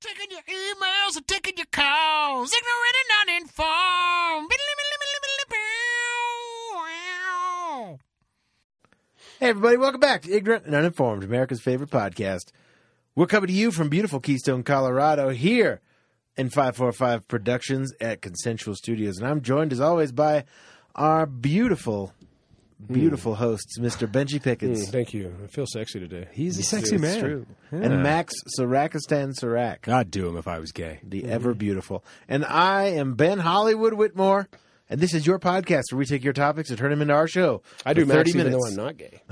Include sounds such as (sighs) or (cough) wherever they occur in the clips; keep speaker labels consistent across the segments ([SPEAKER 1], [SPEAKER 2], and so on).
[SPEAKER 1] Taking your emails and taking your calls. Ignorant and uninformed.
[SPEAKER 2] Hey, everybody, welcome back to Ignorant and Uninformed, America's favorite podcast. We're coming to you from beautiful Keystone, Colorado, here in 545 Productions at Consensual Studios. And I'm joined, as always, by our beautiful,
[SPEAKER 3] Hmm.
[SPEAKER 2] beautiful hosts, Mr. Benji Pickens
[SPEAKER 4] Thank you. I feel sexy today.
[SPEAKER 3] He's a Hmm. sexy
[SPEAKER 2] It's
[SPEAKER 3] man.
[SPEAKER 2] true.
[SPEAKER 3] Yeah.
[SPEAKER 2] and Max Sarakistan Sarak,
[SPEAKER 3] God do him if I was gay.
[SPEAKER 2] the
[SPEAKER 4] Mm-hmm.
[SPEAKER 2] ever beautiful. And I am Ben Hollywood Whitmore. And this is your podcast where we take your topics and turn them into our show.
[SPEAKER 4] I do
[SPEAKER 2] for 30
[SPEAKER 4] Max even though
[SPEAKER 2] minutes.
[SPEAKER 4] I'm
[SPEAKER 2] (laughs)
[SPEAKER 4] not gay.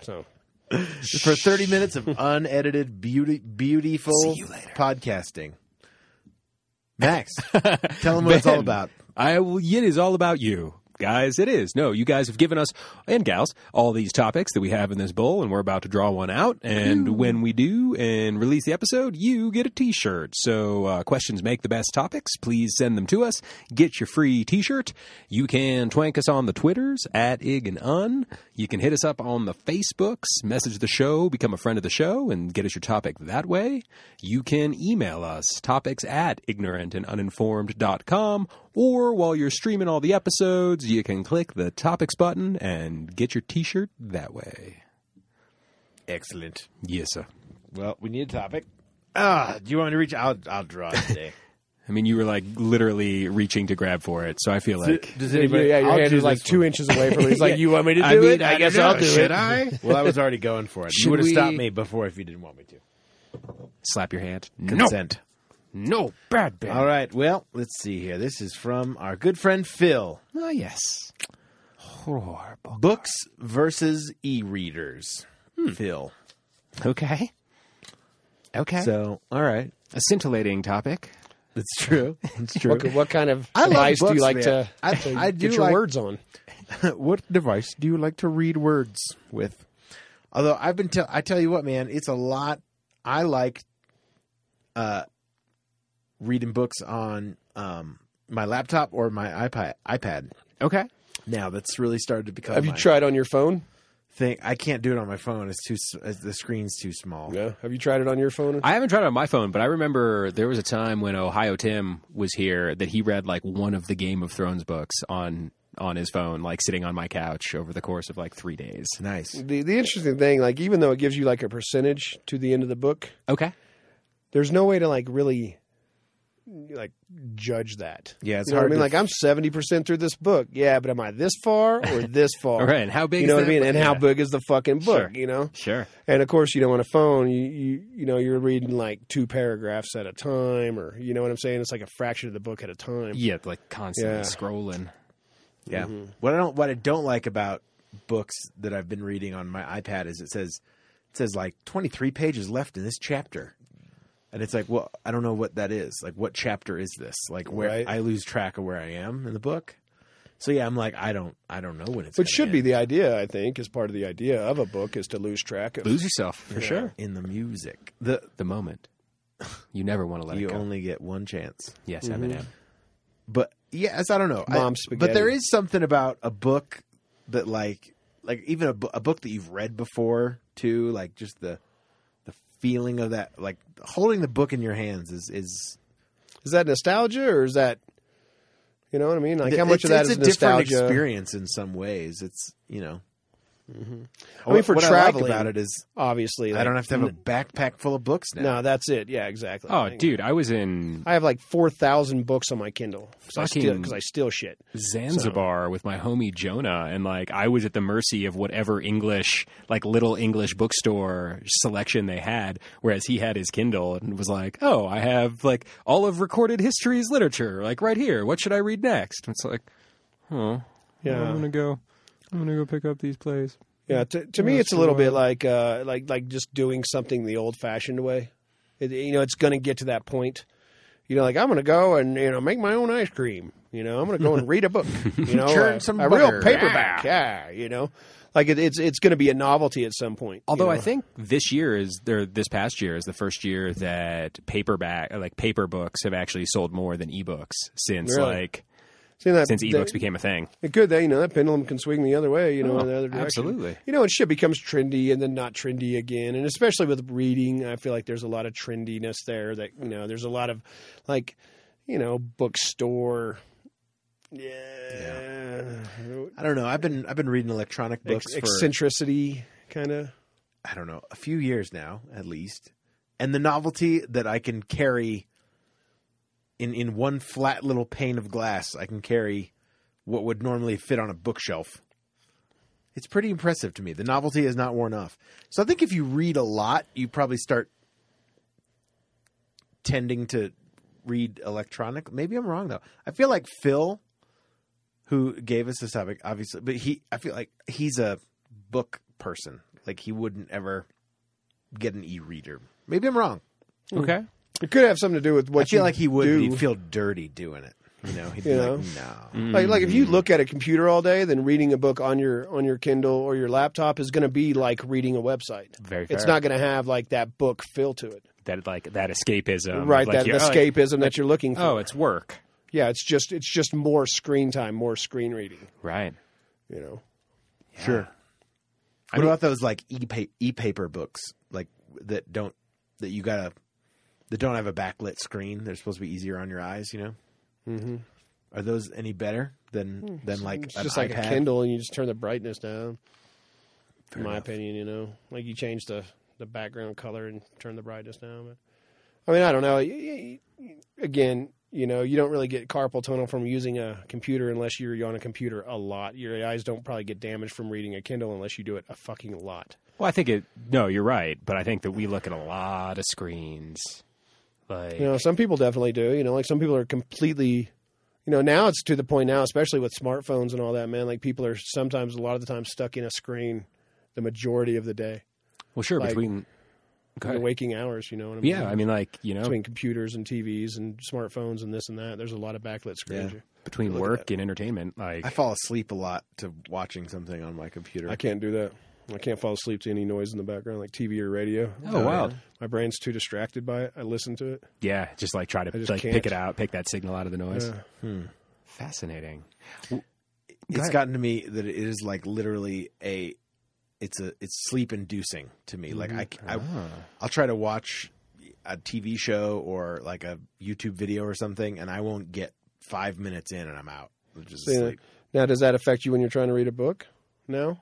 [SPEAKER 4] So
[SPEAKER 2] for 30 minutes of unedited beauty beautiful podcasting
[SPEAKER 4] (laughs)
[SPEAKER 2] max tell them what it's all
[SPEAKER 3] Ben,
[SPEAKER 2] about
[SPEAKER 3] I will, it is all about you. Guys, it is. No, you guys have given us and gals all these topics that we have in this bowl, and we're about to draw one out. And when we do and release the episode, you get a t shirt. So, uh, questions make the best topics. Please send them to us. Get your free t shirt. You can twank us on the Twitters at Ig and Un. You can hit us up on the Facebooks, message the show, become a friend of the show, and get us your topic that way. You can email us topics at ignorantanduninformed.com, or while you're streaming all the episodes, you can click the topics button and get your t shirt that way.
[SPEAKER 2] excellent
[SPEAKER 3] Yes, sir.
[SPEAKER 2] well we need a topic ah do you want me to reach i'll, I'll draw it
[SPEAKER 4] (laughs)
[SPEAKER 2] today
[SPEAKER 3] I mean, you were like literally reaching to grab for it, so I feel like.
[SPEAKER 2] does
[SPEAKER 4] anybody, yeah, your
[SPEAKER 2] I'll
[SPEAKER 4] hand
[SPEAKER 2] do
[SPEAKER 4] is like
[SPEAKER 2] this
[SPEAKER 4] two
[SPEAKER 2] one.
[SPEAKER 4] inches away from me. He's like, "You want me to do
[SPEAKER 3] I mean,
[SPEAKER 4] it? I
[SPEAKER 3] I
[SPEAKER 4] guess
[SPEAKER 3] don't
[SPEAKER 4] I'll
[SPEAKER 3] know.
[SPEAKER 4] do
[SPEAKER 3] Should
[SPEAKER 4] it." (laughs) I?
[SPEAKER 2] well i was already going for it
[SPEAKER 3] Should
[SPEAKER 2] you would have
[SPEAKER 3] we-
[SPEAKER 2] stopped me before if you didn't want me to
[SPEAKER 3] Slap your hand.
[SPEAKER 2] consent
[SPEAKER 3] No, no, bad, bad.
[SPEAKER 2] all right well let's see here this is from our good friend phil
[SPEAKER 3] Oh, yes. Horrible.
[SPEAKER 2] books versus e-readers
[SPEAKER 4] Hmm.
[SPEAKER 2] phil
[SPEAKER 3] Okay. Okay.
[SPEAKER 2] so all right
[SPEAKER 3] a scintillating topic.
[SPEAKER 2] it's
[SPEAKER 4] (laughs)
[SPEAKER 2] true it's true
[SPEAKER 4] What, what kind of
[SPEAKER 2] I love
[SPEAKER 4] device do you
[SPEAKER 2] books,
[SPEAKER 4] like
[SPEAKER 2] man.
[SPEAKER 4] to,
[SPEAKER 2] I-
[SPEAKER 4] to
[SPEAKER 2] I do
[SPEAKER 4] get your
[SPEAKER 2] like-
[SPEAKER 4] words on?
[SPEAKER 2] (laughs) what device do you like to read words with? Although I've been tell I tell you what, man, it's a lot. I like uh, reading books on um, my laptop or my iPad. iPad.
[SPEAKER 3] Okay.
[SPEAKER 2] Now that's really started to become.
[SPEAKER 4] Have you
[SPEAKER 2] my
[SPEAKER 4] tried on your phone?
[SPEAKER 2] Thing I can't do it on my phone. It's too s- uh, the screen's too small.
[SPEAKER 4] Yeah. Have you tried it on your phone?
[SPEAKER 3] I haven't tried it on my phone, but I remember there was a time when Ohio Tim was here that he read like one of the Game of Thrones books on on his phone, like sitting on my couch over the course of like three days.
[SPEAKER 2] Nice.
[SPEAKER 4] the the interesting thing, like, even though it gives you like a percentage to the end of the book,
[SPEAKER 3] Okay.
[SPEAKER 4] there's no way to like really like judge that.
[SPEAKER 2] Yeah, it's
[SPEAKER 4] you know what I
[SPEAKER 2] hard
[SPEAKER 4] mean,
[SPEAKER 2] to-
[SPEAKER 4] like I'm seventy percent through this book. Yeah, but am I this far or this far?
[SPEAKER 3] All right. And how big?
[SPEAKER 4] You know
[SPEAKER 3] is
[SPEAKER 4] what I
[SPEAKER 3] that
[SPEAKER 4] mean?
[SPEAKER 3] book?
[SPEAKER 4] And how big is the fucking book?
[SPEAKER 3] Sure.
[SPEAKER 4] You know.
[SPEAKER 3] Sure.
[SPEAKER 4] And of course, you know, on a phone, you, you you know, you're reading like two paragraphs at a time, or you know what I'm saying? It's like a fraction of the book at a time.
[SPEAKER 3] Yeah, like constantly
[SPEAKER 4] Yeah.
[SPEAKER 3] scrolling.
[SPEAKER 2] Yeah.
[SPEAKER 4] Mm-hmm.
[SPEAKER 2] What I don't what I don't like about books that I've been reading on my iPad is it says it says like 23 pages left in this chapter. And it's like, well, I don't know what that is. Like what chapter is this? Like where
[SPEAKER 4] Right.
[SPEAKER 2] I lose track of where I am in the book. So yeah, I'm like I don't I don't know when it's
[SPEAKER 4] Which
[SPEAKER 2] gonna
[SPEAKER 4] should be
[SPEAKER 2] end.
[SPEAKER 4] the idea, I think, is part of the idea of a book is to lose track of.
[SPEAKER 3] Lose yourself for sure.
[SPEAKER 2] in the music. The
[SPEAKER 3] The moment you Mm-hmm. never want to let
[SPEAKER 2] you
[SPEAKER 4] uh,
[SPEAKER 3] it go.
[SPEAKER 2] only get one chance.
[SPEAKER 3] yes, Eminem.
[SPEAKER 2] but yes, I don't know. I-
[SPEAKER 4] Mom
[SPEAKER 2] But there
[SPEAKER 4] spaghetti.
[SPEAKER 2] is something about a book that, like, like even a, bu- a book that you've read before too. Like just the the feeling of that, like holding the book in your hands is is
[SPEAKER 4] Is that nostalgia or is that, you know what I mean? Like how
[SPEAKER 2] it's-
[SPEAKER 4] much of that is
[SPEAKER 2] it's a
[SPEAKER 4] nostalgia?
[SPEAKER 2] different experience in some ways. It's you know.
[SPEAKER 4] Mm-hmm. I mean, for
[SPEAKER 2] what I like
[SPEAKER 4] traveling,
[SPEAKER 2] about it is
[SPEAKER 4] Obviously,
[SPEAKER 2] I
[SPEAKER 4] like- mm.
[SPEAKER 2] don't have to have a backpack full of books now.
[SPEAKER 4] No, that's it. Yeah, exactly.
[SPEAKER 3] Oh,
[SPEAKER 4] Like,
[SPEAKER 3] dude, I was in
[SPEAKER 4] I have like four thousand books on my Kindle because I, steal-
[SPEAKER 3] Fucking-
[SPEAKER 4] 'cause I steal shit.
[SPEAKER 3] Zanzibar with my homie Jonah, and like I was at the mercy of whatever English, like little English bookstore selection they had, whereas he had his Kindle and was like, "Oh, I have like all of recorded history's literature, like right here. What should I read next?" And it's like, "Oh,
[SPEAKER 4] Yeah.
[SPEAKER 3] I'm gonna go, I'm gonna go pick up these plays."
[SPEAKER 4] Yeah, to, to me,
[SPEAKER 3] That's
[SPEAKER 4] it's a little
[SPEAKER 3] the
[SPEAKER 4] bit like uh, like like just doing something the old-fashioned way. It, you know, it's going to get to that point. You know, like I'm going to go and you know make my own ice cream. You know, I'm going to go and read
[SPEAKER 2] (laughs)
[SPEAKER 4] a book. You know,
[SPEAKER 2] Churn
[SPEAKER 4] a,
[SPEAKER 2] some
[SPEAKER 4] a
[SPEAKER 2] butter.
[SPEAKER 4] real paperback. Yeah, you know, like it, it's it's going to be a novelty at some point. you
[SPEAKER 3] Although I
[SPEAKER 4] know?
[SPEAKER 3] think this year is or this past year is the first year that paperback like paper books have actually sold more than ebooks since
[SPEAKER 4] Really?
[SPEAKER 3] like
[SPEAKER 4] Seeing that
[SPEAKER 3] since
[SPEAKER 4] that-
[SPEAKER 3] ebooks became a thing.
[SPEAKER 4] It could, that you know, that pendulum can swing the other way, you know,
[SPEAKER 3] Oh,
[SPEAKER 4] in the other direction.
[SPEAKER 3] absolutely.
[SPEAKER 4] You know, and shit becomes trendy and then not trendy again. And especially with reading, I feel like there's a lot of trendiness there that, you know, there's a lot of like, you know, bookstore. Yeah.
[SPEAKER 2] I don't know. I've been I've been reading electronic books
[SPEAKER 4] Ex-
[SPEAKER 2] for
[SPEAKER 4] eccentricity, kind of.
[SPEAKER 2] I don't know, a few years now at least. And the novelty that I can carry in in one flat little pane of glass, I can carry what would normally fit on a bookshelf. It's pretty impressive to me. The novelty has not worn off. So I think if you read a lot, you probably start tending to read electronic. Maybe I'm wrong though. I feel like Phil who gave us this topic obviously, but he I feel like he's a book person. Like he wouldn't ever get an e-reader. Maybe I'm wrong.
[SPEAKER 3] Okay.
[SPEAKER 4] It could have something to do with what
[SPEAKER 2] I feel
[SPEAKER 4] you
[SPEAKER 2] like he would, but
[SPEAKER 4] do.
[SPEAKER 2] he'd feel dirty doing it. You know, he'd be
[SPEAKER 4] You
[SPEAKER 2] like, no.
[SPEAKER 4] Like, like if
[SPEAKER 2] Mm.
[SPEAKER 4] you look at a computer all day, then reading a book on your on your Kindle or your laptop is going to be like reading a website.
[SPEAKER 3] Very
[SPEAKER 4] It's
[SPEAKER 3] fair.
[SPEAKER 4] not going to have like that book feel to it,
[SPEAKER 3] that like that escapism, of,
[SPEAKER 4] right?
[SPEAKER 3] Like,
[SPEAKER 4] that
[SPEAKER 3] you- oh, like,
[SPEAKER 4] escapism that you're looking for.
[SPEAKER 3] Oh, it's work.
[SPEAKER 4] Yeah, it's just it's just more screen time, more screen reading.
[SPEAKER 3] Right.
[SPEAKER 4] You know,
[SPEAKER 2] Sure. What about those like e-pa- e-paper books, like that don't that you gotta that don't have a backlit screen? They're supposed to be easier on your eyes. You know,
[SPEAKER 4] mm-hmm. Hmm.
[SPEAKER 2] are those any better than than like
[SPEAKER 4] it's
[SPEAKER 2] an
[SPEAKER 4] just like
[SPEAKER 2] iPad?
[SPEAKER 4] a Kindle, and you just turn the brightness down.
[SPEAKER 2] Fair
[SPEAKER 4] in my
[SPEAKER 2] enough.
[SPEAKER 4] opinion, you know, like you change the the background color and turn the brightness down. But I mean, I don't know. Y- y- y- Again, you know, you don't really get carpal tunnel from using a computer unless you're on a computer a lot. Your eyes don't probably get damaged from reading a Kindle unless you do it a fucking lot.
[SPEAKER 3] Well, I think it. No, you're right, but I think that we look at a lot of screens. Like,
[SPEAKER 4] You know, some people definitely do. You know, like some people are completely, you know, now it's to the point now, especially with smartphones and all that, man. Like people are sometimes, a lot of the time, stuck in a screen the majority of the day,
[SPEAKER 3] well, sure,
[SPEAKER 4] like-
[SPEAKER 3] between. Go
[SPEAKER 4] the
[SPEAKER 3] ahead.
[SPEAKER 4] waking hours. You know what I mean?
[SPEAKER 3] Yeah, I mean, like you know,
[SPEAKER 4] between computers and TVs and smartphones and this and that. There's a lot of backlit screens.
[SPEAKER 3] between
[SPEAKER 4] Look at
[SPEAKER 3] work and entertainment, like
[SPEAKER 2] I fall asleep a lot to watching something on my computer.
[SPEAKER 4] I can't do that. I can't fall asleep to any noise in the background, like TV or radio. Uh,
[SPEAKER 3] Oh, wow.
[SPEAKER 4] My brain's too distracted by it. I listen to it.
[SPEAKER 3] yeah, just like try to
[SPEAKER 4] I just
[SPEAKER 3] like pick
[SPEAKER 4] can't.
[SPEAKER 3] it out, pick that signal out of the noise.
[SPEAKER 4] Yeah.
[SPEAKER 3] Fascinating.
[SPEAKER 2] it's
[SPEAKER 3] ahead.
[SPEAKER 2] gotten to me that it is like literally a it's a it's sleep inducing to me like I,
[SPEAKER 4] Mm-hmm.
[SPEAKER 2] c-
[SPEAKER 3] Ah.
[SPEAKER 2] I
[SPEAKER 4] Uh-huh.
[SPEAKER 2] will try to watch a tv show or like a youtube video or something and i won't get five minutes in and i'm out I'm just
[SPEAKER 4] See,
[SPEAKER 2] asleep.
[SPEAKER 4] Now, does that affect you when you're trying to read a book? No.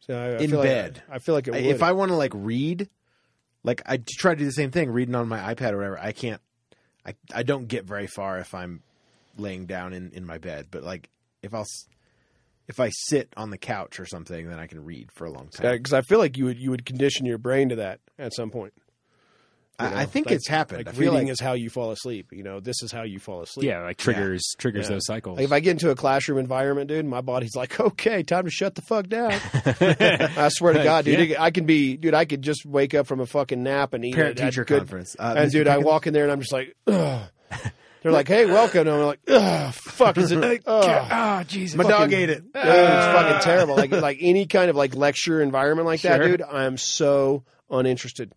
[SPEAKER 4] So I, I
[SPEAKER 2] In
[SPEAKER 4] feel like-
[SPEAKER 2] bed.
[SPEAKER 4] I, feel like it
[SPEAKER 2] I-
[SPEAKER 4] would.
[SPEAKER 2] if i want to like read like i t- try to do the same thing reading on my ipad or whatever i can't i i don't get very far if i'm laying down in in my bed but like if i'll s- if i sit on the couch or something then i can read for a long time
[SPEAKER 4] because I feel like you would you would condition your brain to that at some point. you know?
[SPEAKER 2] I, I think
[SPEAKER 4] Like-
[SPEAKER 2] it's happened.
[SPEAKER 4] Like
[SPEAKER 2] I feel
[SPEAKER 4] reading
[SPEAKER 2] like
[SPEAKER 4] is how you fall asleep. You know, this is how you fall asleep.
[SPEAKER 3] Yeah, like triggers triggers
[SPEAKER 4] Yeah.
[SPEAKER 3] those cycles.
[SPEAKER 4] Like if I get into a classroom environment, dude, my body's like, okay, time to shut the
[SPEAKER 2] (laughs)
[SPEAKER 4] fuck down. I swear to God, dude, I can be, dude, I could just wake up from a fucking nap and eat
[SPEAKER 2] parent
[SPEAKER 4] a- a
[SPEAKER 2] teacher
[SPEAKER 4] good-
[SPEAKER 2] conference. Uh,
[SPEAKER 4] And
[SPEAKER 2] Mr.
[SPEAKER 4] dude, I
[SPEAKER 2] Pickens-
[SPEAKER 4] walk in there and I'm just like,
[SPEAKER 2] (laughs)
[SPEAKER 4] ugh. They're like, hey, welcome. And I'm like, ugh,
[SPEAKER 2] (laughs)
[SPEAKER 4] fuck, is it? ugh.
[SPEAKER 3] oh Jesus!
[SPEAKER 2] my dog
[SPEAKER 4] fucking-
[SPEAKER 2] ate it.
[SPEAKER 4] Dude, it's
[SPEAKER 2] Uh,
[SPEAKER 4] fucking terrible. Like like any kind of like lecture environment like that,
[SPEAKER 3] Sure.
[SPEAKER 4] dude. I'm so uninterested.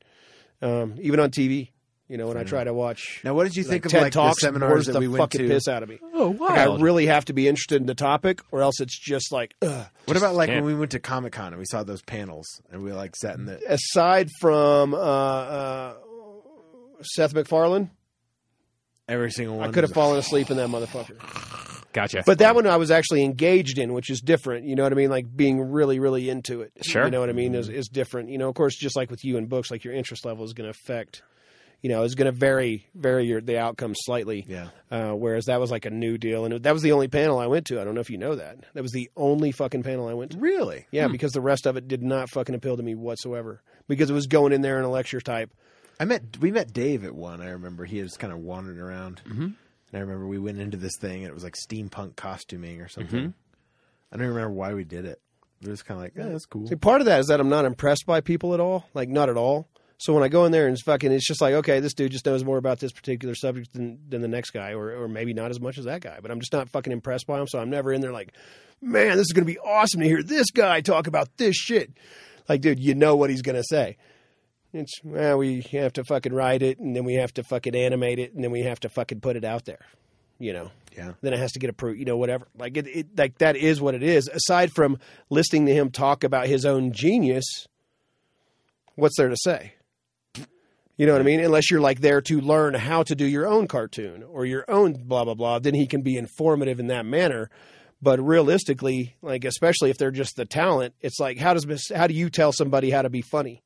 [SPEAKER 4] Um, even on TV, you know, when I try to watch
[SPEAKER 2] Now, what did you
[SPEAKER 4] like,
[SPEAKER 2] think of
[SPEAKER 4] TED
[SPEAKER 2] like
[SPEAKER 4] Talks,
[SPEAKER 2] the
[SPEAKER 4] it bores
[SPEAKER 2] seminars that
[SPEAKER 4] the
[SPEAKER 2] we went
[SPEAKER 4] fucking
[SPEAKER 2] to?
[SPEAKER 4] piss out of me.
[SPEAKER 3] Oh
[SPEAKER 4] Like, I
[SPEAKER 3] wow!
[SPEAKER 4] really have to be interested in the topic, or else it's just like. Ugh.
[SPEAKER 2] What about like
[SPEAKER 3] can't.
[SPEAKER 2] when we went to Comic Con and we saw those panels and we like sat in the
[SPEAKER 4] Aside from uh, uh, Seth MacFarlane,
[SPEAKER 2] every single one?
[SPEAKER 4] I could have
[SPEAKER 2] was-
[SPEAKER 4] fallen asleep in that motherfucker.
[SPEAKER 3] gotcha.
[SPEAKER 4] But that one I was actually engaged in, which is different. You know what I mean? Like being really, really into it.
[SPEAKER 3] Sure.
[SPEAKER 4] You know what I mean? Is is different. You know, of course, just like with you and books, like your interest level is going to affect. You know, is going to vary vary your the outcome slightly.
[SPEAKER 2] Yeah.
[SPEAKER 4] Uh, whereas that was like a new deal, and it, that was the only panel I went to. I don't know if you know that. That was the only fucking panel I went to.
[SPEAKER 2] Really?
[SPEAKER 4] Yeah, because the rest of it did not fucking appeal to me whatsoever. Because it was going in there in a lecture type.
[SPEAKER 2] I met we met Dave at one. I remember he was kind of wandering around,
[SPEAKER 4] Mm-hmm.
[SPEAKER 2] and I remember we went into this thing and it was like steampunk costuming or something.
[SPEAKER 4] Mm-hmm.
[SPEAKER 2] I don't remember why we did it. It was kind of like, yeah, that's cool.
[SPEAKER 4] See, part of that is that I'm not impressed by people at all, like not at all. So when I go in there and it's fucking, it's just like, okay, this dude just knows more about this particular subject than, than the next guy, or or maybe not as much as that guy. But I'm just not fucking impressed by him, so I'm never in there like, man, this is gonna be awesome to hear this guy talk about this shit. Like, dude, you know what he's gonna say. It's well, we have to fucking write it, and then we have to fucking animate it, and then we have to fucking put it out there. you know
[SPEAKER 2] Yeah.
[SPEAKER 4] then it has to get approved, you know, whatever. Like it, it like that is what it is. Aside from listening to him talk about his own genius, what's there to say? You know what I mean? Unless you're like there to learn how to do your own cartoon or your own blah blah blah, then he can be informative in that manner. But realistically, like especially if they're just the talent, it's like how does mis- how do you tell somebody how to be funny?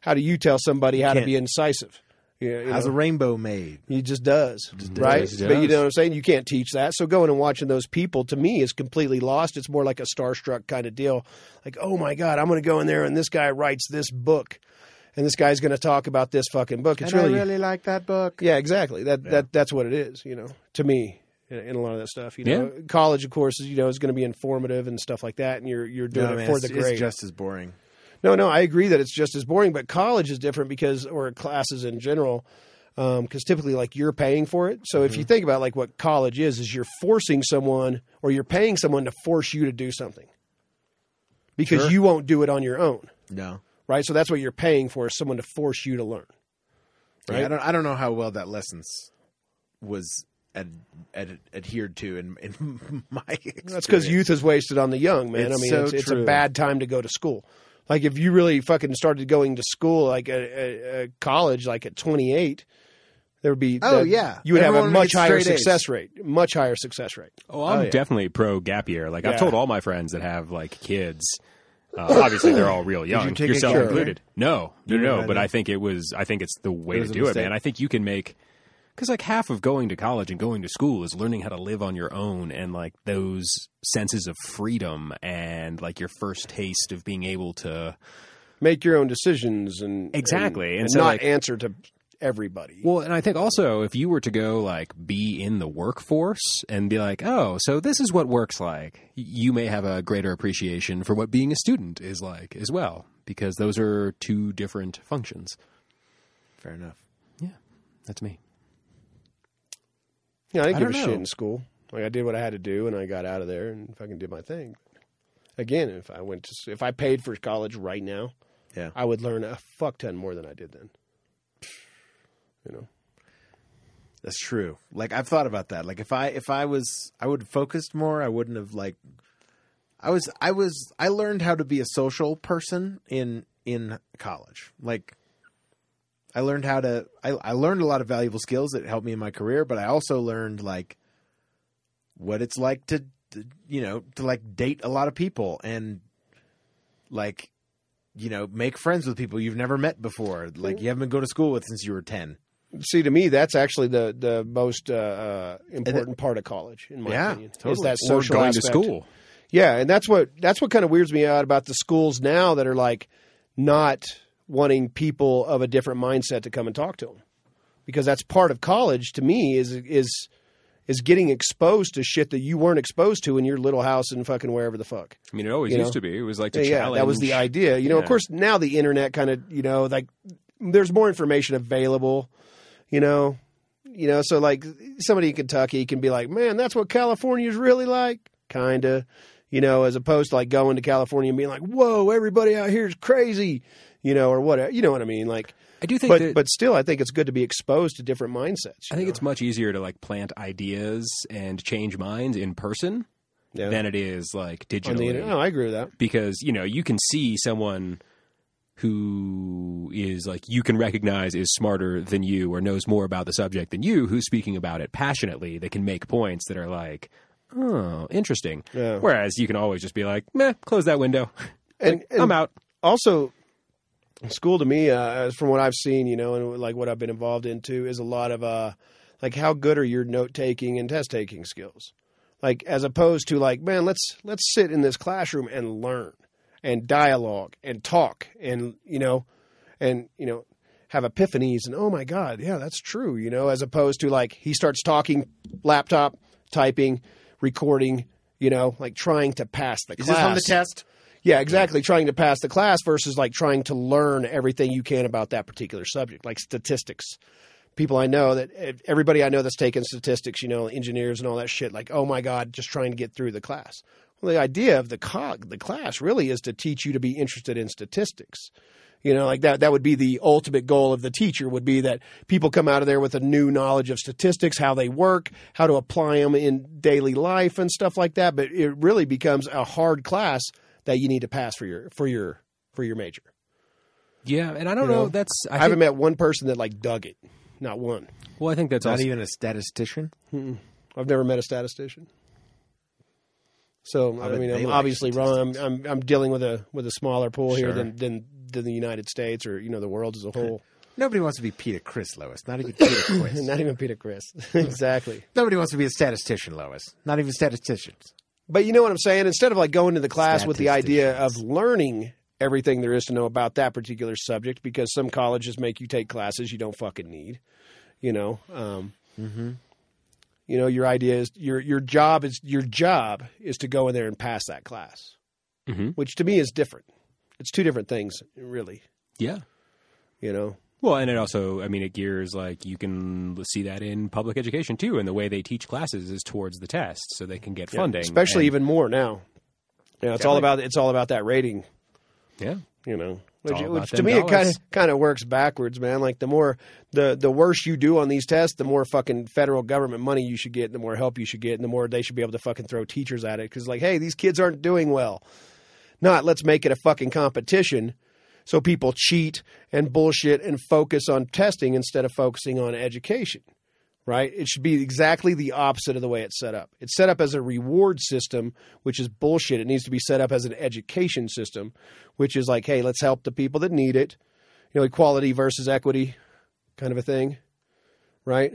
[SPEAKER 4] How do you tell somebody how to
[SPEAKER 2] can't.
[SPEAKER 4] be incisive? Yeah, you
[SPEAKER 2] How's
[SPEAKER 4] know?
[SPEAKER 2] a rainbow made?
[SPEAKER 4] He just does,
[SPEAKER 3] does,
[SPEAKER 4] right?
[SPEAKER 3] he
[SPEAKER 4] But
[SPEAKER 3] does.
[SPEAKER 4] you know what I'm saying? You can't teach that. So going and watching those people to me is completely lost. It's more like a starstruck kind of deal. Like, oh my god, I'm going to go in there and this guy writes this book, and this guy's going to talk about this fucking book. It's
[SPEAKER 2] And
[SPEAKER 4] really,
[SPEAKER 2] I really like that book.
[SPEAKER 4] yeah, exactly. That that that's what it is. You know, to me, in, in a lot of that stuff. You know, college, of course, you know, is going to be informative and stuff like that, and you're you're doing
[SPEAKER 2] No,
[SPEAKER 4] it
[SPEAKER 2] man,
[SPEAKER 4] for
[SPEAKER 2] it's,
[SPEAKER 4] the
[SPEAKER 2] it's
[SPEAKER 4] grade.
[SPEAKER 2] just as boring.
[SPEAKER 4] No, no, I agree that it's just as boring, but college is different because, or classes in general, because typically, like, you're paying for it. So if you think about, like, what college is, is you're forcing someone or you're paying someone to force you to do something because
[SPEAKER 2] Sure.
[SPEAKER 4] you won't do it on your own,
[SPEAKER 2] No.
[SPEAKER 4] right? So that's what you're paying for is someone to force you to learn.
[SPEAKER 2] Yeah,
[SPEAKER 4] Right?
[SPEAKER 2] I don't. I don't know how well that lessons was ad, ad, adhered to in, in (laughs) my. Experience.
[SPEAKER 4] That's because youth is wasted on the young, man.
[SPEAKER 2] It's
[SPEAKER 4] I mean,
[SPEAKER 2] so
[SPEAKER 4] it's, it's a
[SPEAKER 2] true.
[SPEAKER 4] bad time to go to school. Like if you really fucking started going to school, like at, at, at college, like at 28, there would be
[SPEAKER 2] Oh,
[SPEAKER 4] that-
[SPEAKER 2] yeah.
[SPEAKER 4] you would have a
[SPEAKER 2] Everyone would
[SPEAKER 4] much
[SPEAKER 2] get
[SPEAKER 4] higher
[SPEAKER 2] straight A's.
[SPEAKER 4] success rate, much higher success rate.
[SPEAKER 3] Oh, I'm
[SPEAKER 2] Oh, yeah.
[SPEAKER 3] definitely pro gap year. Like
[SPEAKER 4] Yeah.
[SPEAKER 3] I've told all my friends that have like kids. Uh, obviously, they're
[SPEAKER 2] (laughs)
[SPEAKER 3] all real young,
[SPEAKER 2] you take a
[SPEAKER 3] yourself
[SPEAKER 2] gap year?
[SPEAKER 3] included. No, no,
[SPEAKER 2] never
[SPEAKER 3] no.
[SPEAKER 2] had
[SPEAKER 3] But
[SPEAKER 2] that?
[SPEAKER 3] I think it was. I think it's the way
[SPEAKER 2] It
[SPEAKER 3] to
[SPEAKER 2] was a
[SPEAKER 3] do it,
[SPEAKER 2] mistake.
[SPEAKER 3] man. I think you can make because like half of going to college and going to school is learning how to live on your own and like those senses of freedom and like your first taste of being able to.
[SPEAKER 4] Make your own decisions and
[SPEAKER 3] Exactly.
[SPEAKER 4] and,
[SPEAKER 3] And
[SPEAKER 4] and
[SPEAKER 3] so,
[SPEAKER 4] not
[SPEAKER 3] like-
[SPEAKER 4] answer to everybody.
[SPEAKER 3] Well, and I think also if you were to go like be in the workforce and be like, oh, so this is what work's like, y- you may have a greater appreciation for what being a student is like as well, because those are two different functions.
[SPEAKER 2] Fair enough.
[SPEAKER 3] That's me.
[SPEAKER 4] yeah, I didn't
[SPEAKER 3] I
[SPEAKER 4] give a
[SPEAKER 3] don't
[SPEAKER 4] shit
[SPEAKER 3] know.
[SPEAKER 4] in school. Like I did what I had to do, and I got out of there and fucking did my thing. Again, if I went to, s- if I paid for college right now,
[SPEAKER 2] Yeah.
[SPEAKER 4] I would learn a fuck ton more than I did then. You know,
[SPEAKER 2] That's true. Like I've thought about that. Like if I if I was I would have focused more. I wouldn't have like I was I was I learned how to be a social person in in college. Like I learned how to I, I learned a lot of valuable skills that helped me in my career, but I also learned like what it's like to to, you know to like date a lot of people and like you know make friends with people you've never met before like you haven't been go to school with since you were 10
[SPEAKER 4] see, to me, that's actually the the most uh, uh, important part of college, in my
[SPEAKER 2] Yeah,
[SPEAKER 4] opinion. Is
[SPEAKER 2] totally.
[SPEAKER 4] that
[SPEAKER 3] Or
[SPEAKER 4] social
[SPEAKER 3] going to
[SPEAKER 4] aspect.
[SPEAKER 3] school.
[SPEAKER 4] Yeah, and that's what that's what kind of weirds me out about the schools now that are like not wanting people of a different mindset to come and talk to them, because that's part of college to me is is is getting exposed to shit that you weren't exposed to in your little house and fucking wherever the fuck.
[SPEAKER 3] I mean, it always
[SPEAKER 4] You
[SPEAKER 3] used
[SPEAKER 4] know?
[SPEAKER 3] to be. It was like to
[SPEAKER 4] Yeah,
[SPEAKER 3] challenge.
[SPEAKER 4] that was the idea. You know, of
[SPEAKER 3] Yeah.
[SPEAKER 4] course, now the internet kind of, you know, like there's more information available. You know, you know, so like somebody in Kentucky can be like, man, that's what California's really like, kind of. You know, as opposed to like going to California and being like, whoa, everybody out here is crazy. You know, or whatever. You know what I mean? Like,
[SPEAKER 3] I do think
[SPEAKER 4] but
[SPEAKER 3] that,
[SPEAKER 4] but still, I think it's good to be exposed to different mindsets.
[SPEAKER 3] I think it's much easier to like plant ideas and change minds in person
[SPEAKER 4] yeah.
[SPEAKER 3] than it is like
[SPEAKER 4] on the
[SPEAKER 3] digitally.
[SPEAKER 4] internet. No, I agree with that.
[SPEAKER 3] because you know you can see someone who is like you can recognize is smarter than you or knows more about the subject than you who's speaking about it passionately they can make points that are like oh interesting
[SPEAKER 4] Yeah.
[SPEAKER 3] whereas you can always just be like meh close that window
[SPEAKER 4] And, and
[SPEAKER 3] i'm out
[SPEAKER 4] also school to me uh, from what i've seen you know and like what i've been involved into is a lot of uh like how good are your note taking and test taking skills like as opposed to like man let's let's sit in this classroom and learn and dialogue and talk and you know and you know have epiphanies and oh my god yeah that's true you know as opposed to like he starts talking laptop typing recording you know like trying to pass the
[SPEAKER 2] is
[SPEAKER 4] class
[SPEAKER 2] this on the test
[SPEAKER 4] yeah, exactly. Trying to pass the class versus like trying to learn everything you can about that particular subject, like statistics. People I know that everybody I know that's taken statistics, you know, engineers and all that shit, like, oh my God, just trying to get through the class. Well, the idea of the cog, the class really is to teach you to be interested in statistics. You know, like that that would be the ultimate goal of the teacher would be that people come out of there with a new knowledge of statistics, how they work, how to apply them in daily life and stuff like that, but it really becomes a hard class that you need to pass for your for your for your major.
[SPEAKER 3] Yeah, and I don't
[SPEAKER 4] You
[SPEAKER 3] know,
[SPEAKER 4] know,
[SPEAKER 3] That's I,
[SPEAKER 4] I,
[SPEAKER 3] think,
[SPEAKER 4] haven't met one person that like dug it. Not one.
[SPEAKER 3] Well, I think that's
[SPEAKER 2] Not
[SPEAKER 3] also,
[SPEAKER 2] even a statistician.
[SPEAKER 4] I've never met a statistician. So I,
[SPEAKER 2] bet
[SPEAKER 4] mean,
[SPEAKER 2] they
[SPEAKER 4] I'm
[SPEAKER 2] like
[SPEAKER 4] obviously wrong. I'm, I'm I'm dealing with a with a smaller pool
[SPEAKER 2] Sure.
[SPEAKER 4] here than, than than the United States or you know the world as a whole. (laughs)
[SPEAKER 2] Nobody wants to be Peter Chris Lois. Not even (laughs) Peter Chris.
[SPEAKER 4] Not even Peter Chris, (laughs) exactly.
[SPEAKER 2] Nobody wants to be a statistician, Lois. Not even statisticians.
[SPEAKER 4] But you know what I'm saying? Instead of like going to the class with the idea of
[SPEAKER 2] Statisticians.
[SPEAKER 4] learning everything there is to know about that particular subject, because some colleges make you take classes you don't fucking need. You know, um,
[SPEAKER 3] Mm-hmm.
[SPEAKER 4] you know your idea is your your job is your job is to go in there and pass that class,
[SPEAKER 3] Mhm.
[SPEAKER 4] which to me is different. It's two different things, really.
[SPEAKER 3] yeah.
[SPEAKER 4] You know,
[SPEAKER 3] Well, and it also, I mean, it gears like you can see that in public education too, and the way they teach classes is towards the test, so they can get funding,
[SPEAKER 4] especially
[SPEAKER 3] and-
[SPEAKER 4] even more now. You know, it's all about it's all about that rating.
[SPEAKER 3] yeah.
[SPEAKER 4] you know,
[SPEAKER 3] It's
[SPEAKER 4] which,
[SPEAKER 3] all
[SPEAKER 4] which
[SPEAKER 3] about
[SPEAKER 4] to
[SPEAKER 3] them
[SPEAKER 4] me it kind
[SPEAKER 3] dollars.
[SPEAKER 4] of kind of works backwards, man. Like the more the the worse you do on these tests, the more fucking federal government money you should get, and the more help you should get, and the more they should be able to fucking throw teachers at it because like, hey, these kids aren't doing well. Not let's make it a fucking competition. So people cheat and bullshit and focus on testing instead of focusing on education right? It should be exactly the opposite of the way it's set up. It's set up as a reward system, which is bullshit. It needs to be set up as an education system, which is like, hey, let's help the people that need it. You know, equality versus equity kind of a thing, right?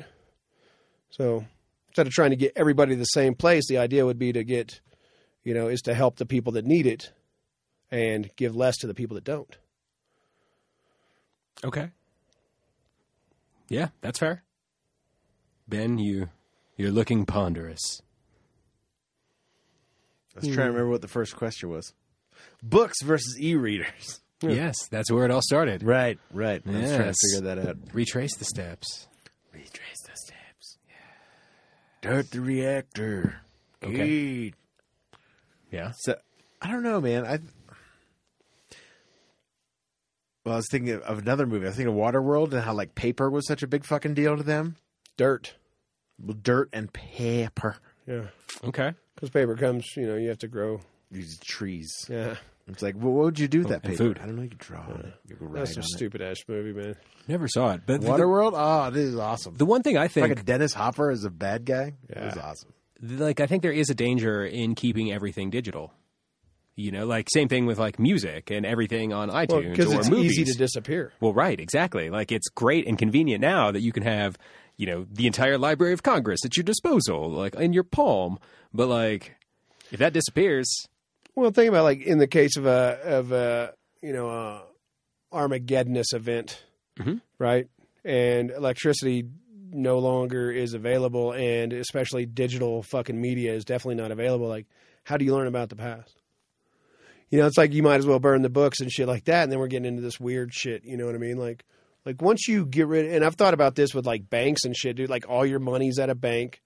[SPEAKER 4] So instead of trying to get everybody to the same place, the idea would be to get, you know, is to help the people that need it and give less to the people that don't.
[SPEAKER 3] Okay. Yeah, that's fair. Ben, you you're looking ponderous.
[SPEAKER 2] Let's try and remember what the first question was. Books versus e-readers.
[SPEAKER 3] Yes, that's where it all started.
[SPEAKER 2] (laughs) Right, right. Let's try
[SPEAKER 3] Yes.
[SPEAKER 2] and figure that out.
[SPEAKER 3] Retrace the steps.
[SPEAKER 2] (laughs) Retrace the steps. Dirt the reactor.
[SPEAKER 3] Okay.
[SPEAKER 2] Eat.
[SPEAKER 3] Yeah.
[SPEAKER 2] So I don't know, man. I well, I was thinking of another movie. I was thinking of Waterworld and how like paper was such a big fucking deal to them.
[SPEAKER 4] Dirt.
[SPEAKER 2] Well, dirt and paper.
[SPEAKER 4] Yeah.
[SPEAKER 3] Okay.
[SPEAKER 4] Because paper comes, you know, you have to grow.
[SPEAKER 2] These trees.
[SPEAKER 4] Yeah.
[SPEAKER 2] It's like, well, what would you do with that
[SPEAKER 3] and
[SPEAKER 2] paper?
[SPEAKER 3] food.
[SPEAKER 2] I don't know. You could draw on it. You could write
[SPEAKER 4] That's some
[SPEAKER 2] on
[SPEAKER 4] stupid ass movie, man.
[SPEAKER 3] Never saw it. But
[SPEAKER 2] it.
[SPEAKER 3] the-
[SPEAKER 2] Waterworld. Oh, this is awesome.
[SPEAKER 3] the one thing I think
[SPEAKER 2] Fucking Dennis Hopper is a bad guy. It was awesome.
[SPEAKER 3] like I think there is a danger in keeping everything digital. You know, like same thing with like music and everything on
[SPEAKER 4] Well,
[SPEAKER 3] iTunes
[SPEAKER 4] because
[SPEAKER 3] or
[SPEAKER 4] it's
[SPEAKER 3] movies.
[SPEAKER 4] easy to disappear.
[SPEAKER 3] well, right, exactly. Like it's great and convenient now that you can have, you know, the entire Library of Congress at your disposal, like in your palm. But like if that disappears,
[SPEAKER 4] Well, think about like in the case of a of a you know a Armageddonous event,
[SPEAKER 2] Mm-hmm.
[SPEAKER 3] Mhm.
[SPEAKER 4] right? And electricity no longer is available, and especially digital fucking media is definitely not available. Like, how do you learn about the past? You know, it's like you might as well burn the books and shit like that, and then we're getting into this weird shit. You know what I mean? Like, like once you get rid, and I've thought about this with like banks and shit, dude. Like all your money's at a bank.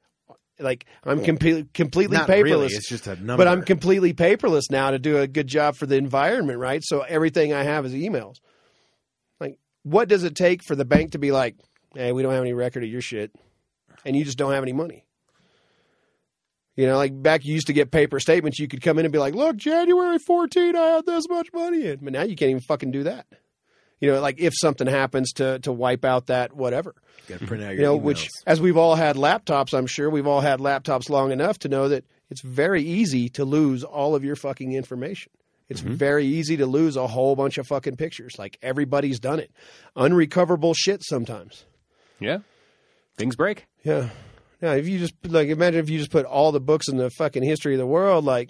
[SPEAKER 4] Like I'm comple- completely
[SPEAKER 2] Not
[SPEAKER 4] paperless.
[SPEAKER 2] really. It's just a number.
[SPEAKER 4] But I'm completely paperless now to do a good job for the environment, right? So everything I have is emails. Like, what does it take for the bank to be like, hey, we don't have any record of your shit, and you just don't have any money? You know, like back you used to get paper statements. You could come in and be like, look, January 14, I had this much money in. But now you can't even fucking do that. You know, like if something happens to to wipe out that whatever
[SPEAKER 2] Got to print out your
[SPEAKER 4] you know,
[SPEAKER 2] emails.
[SPEAKER 4] which as we've all had laptops, I'm sure we've all had laptops long enough to know that it's very easy to lose all of your fucking information. It's very easy to lose a whole bunch of fucking pictures. Like everybody's done it. Unrecoverable shit sometimes.
[SPEAKER 3] yeah, things break.
[SPEAKER 4] Yeah. Now, if you just like imagine if you just put all the books in the fucking history of the world like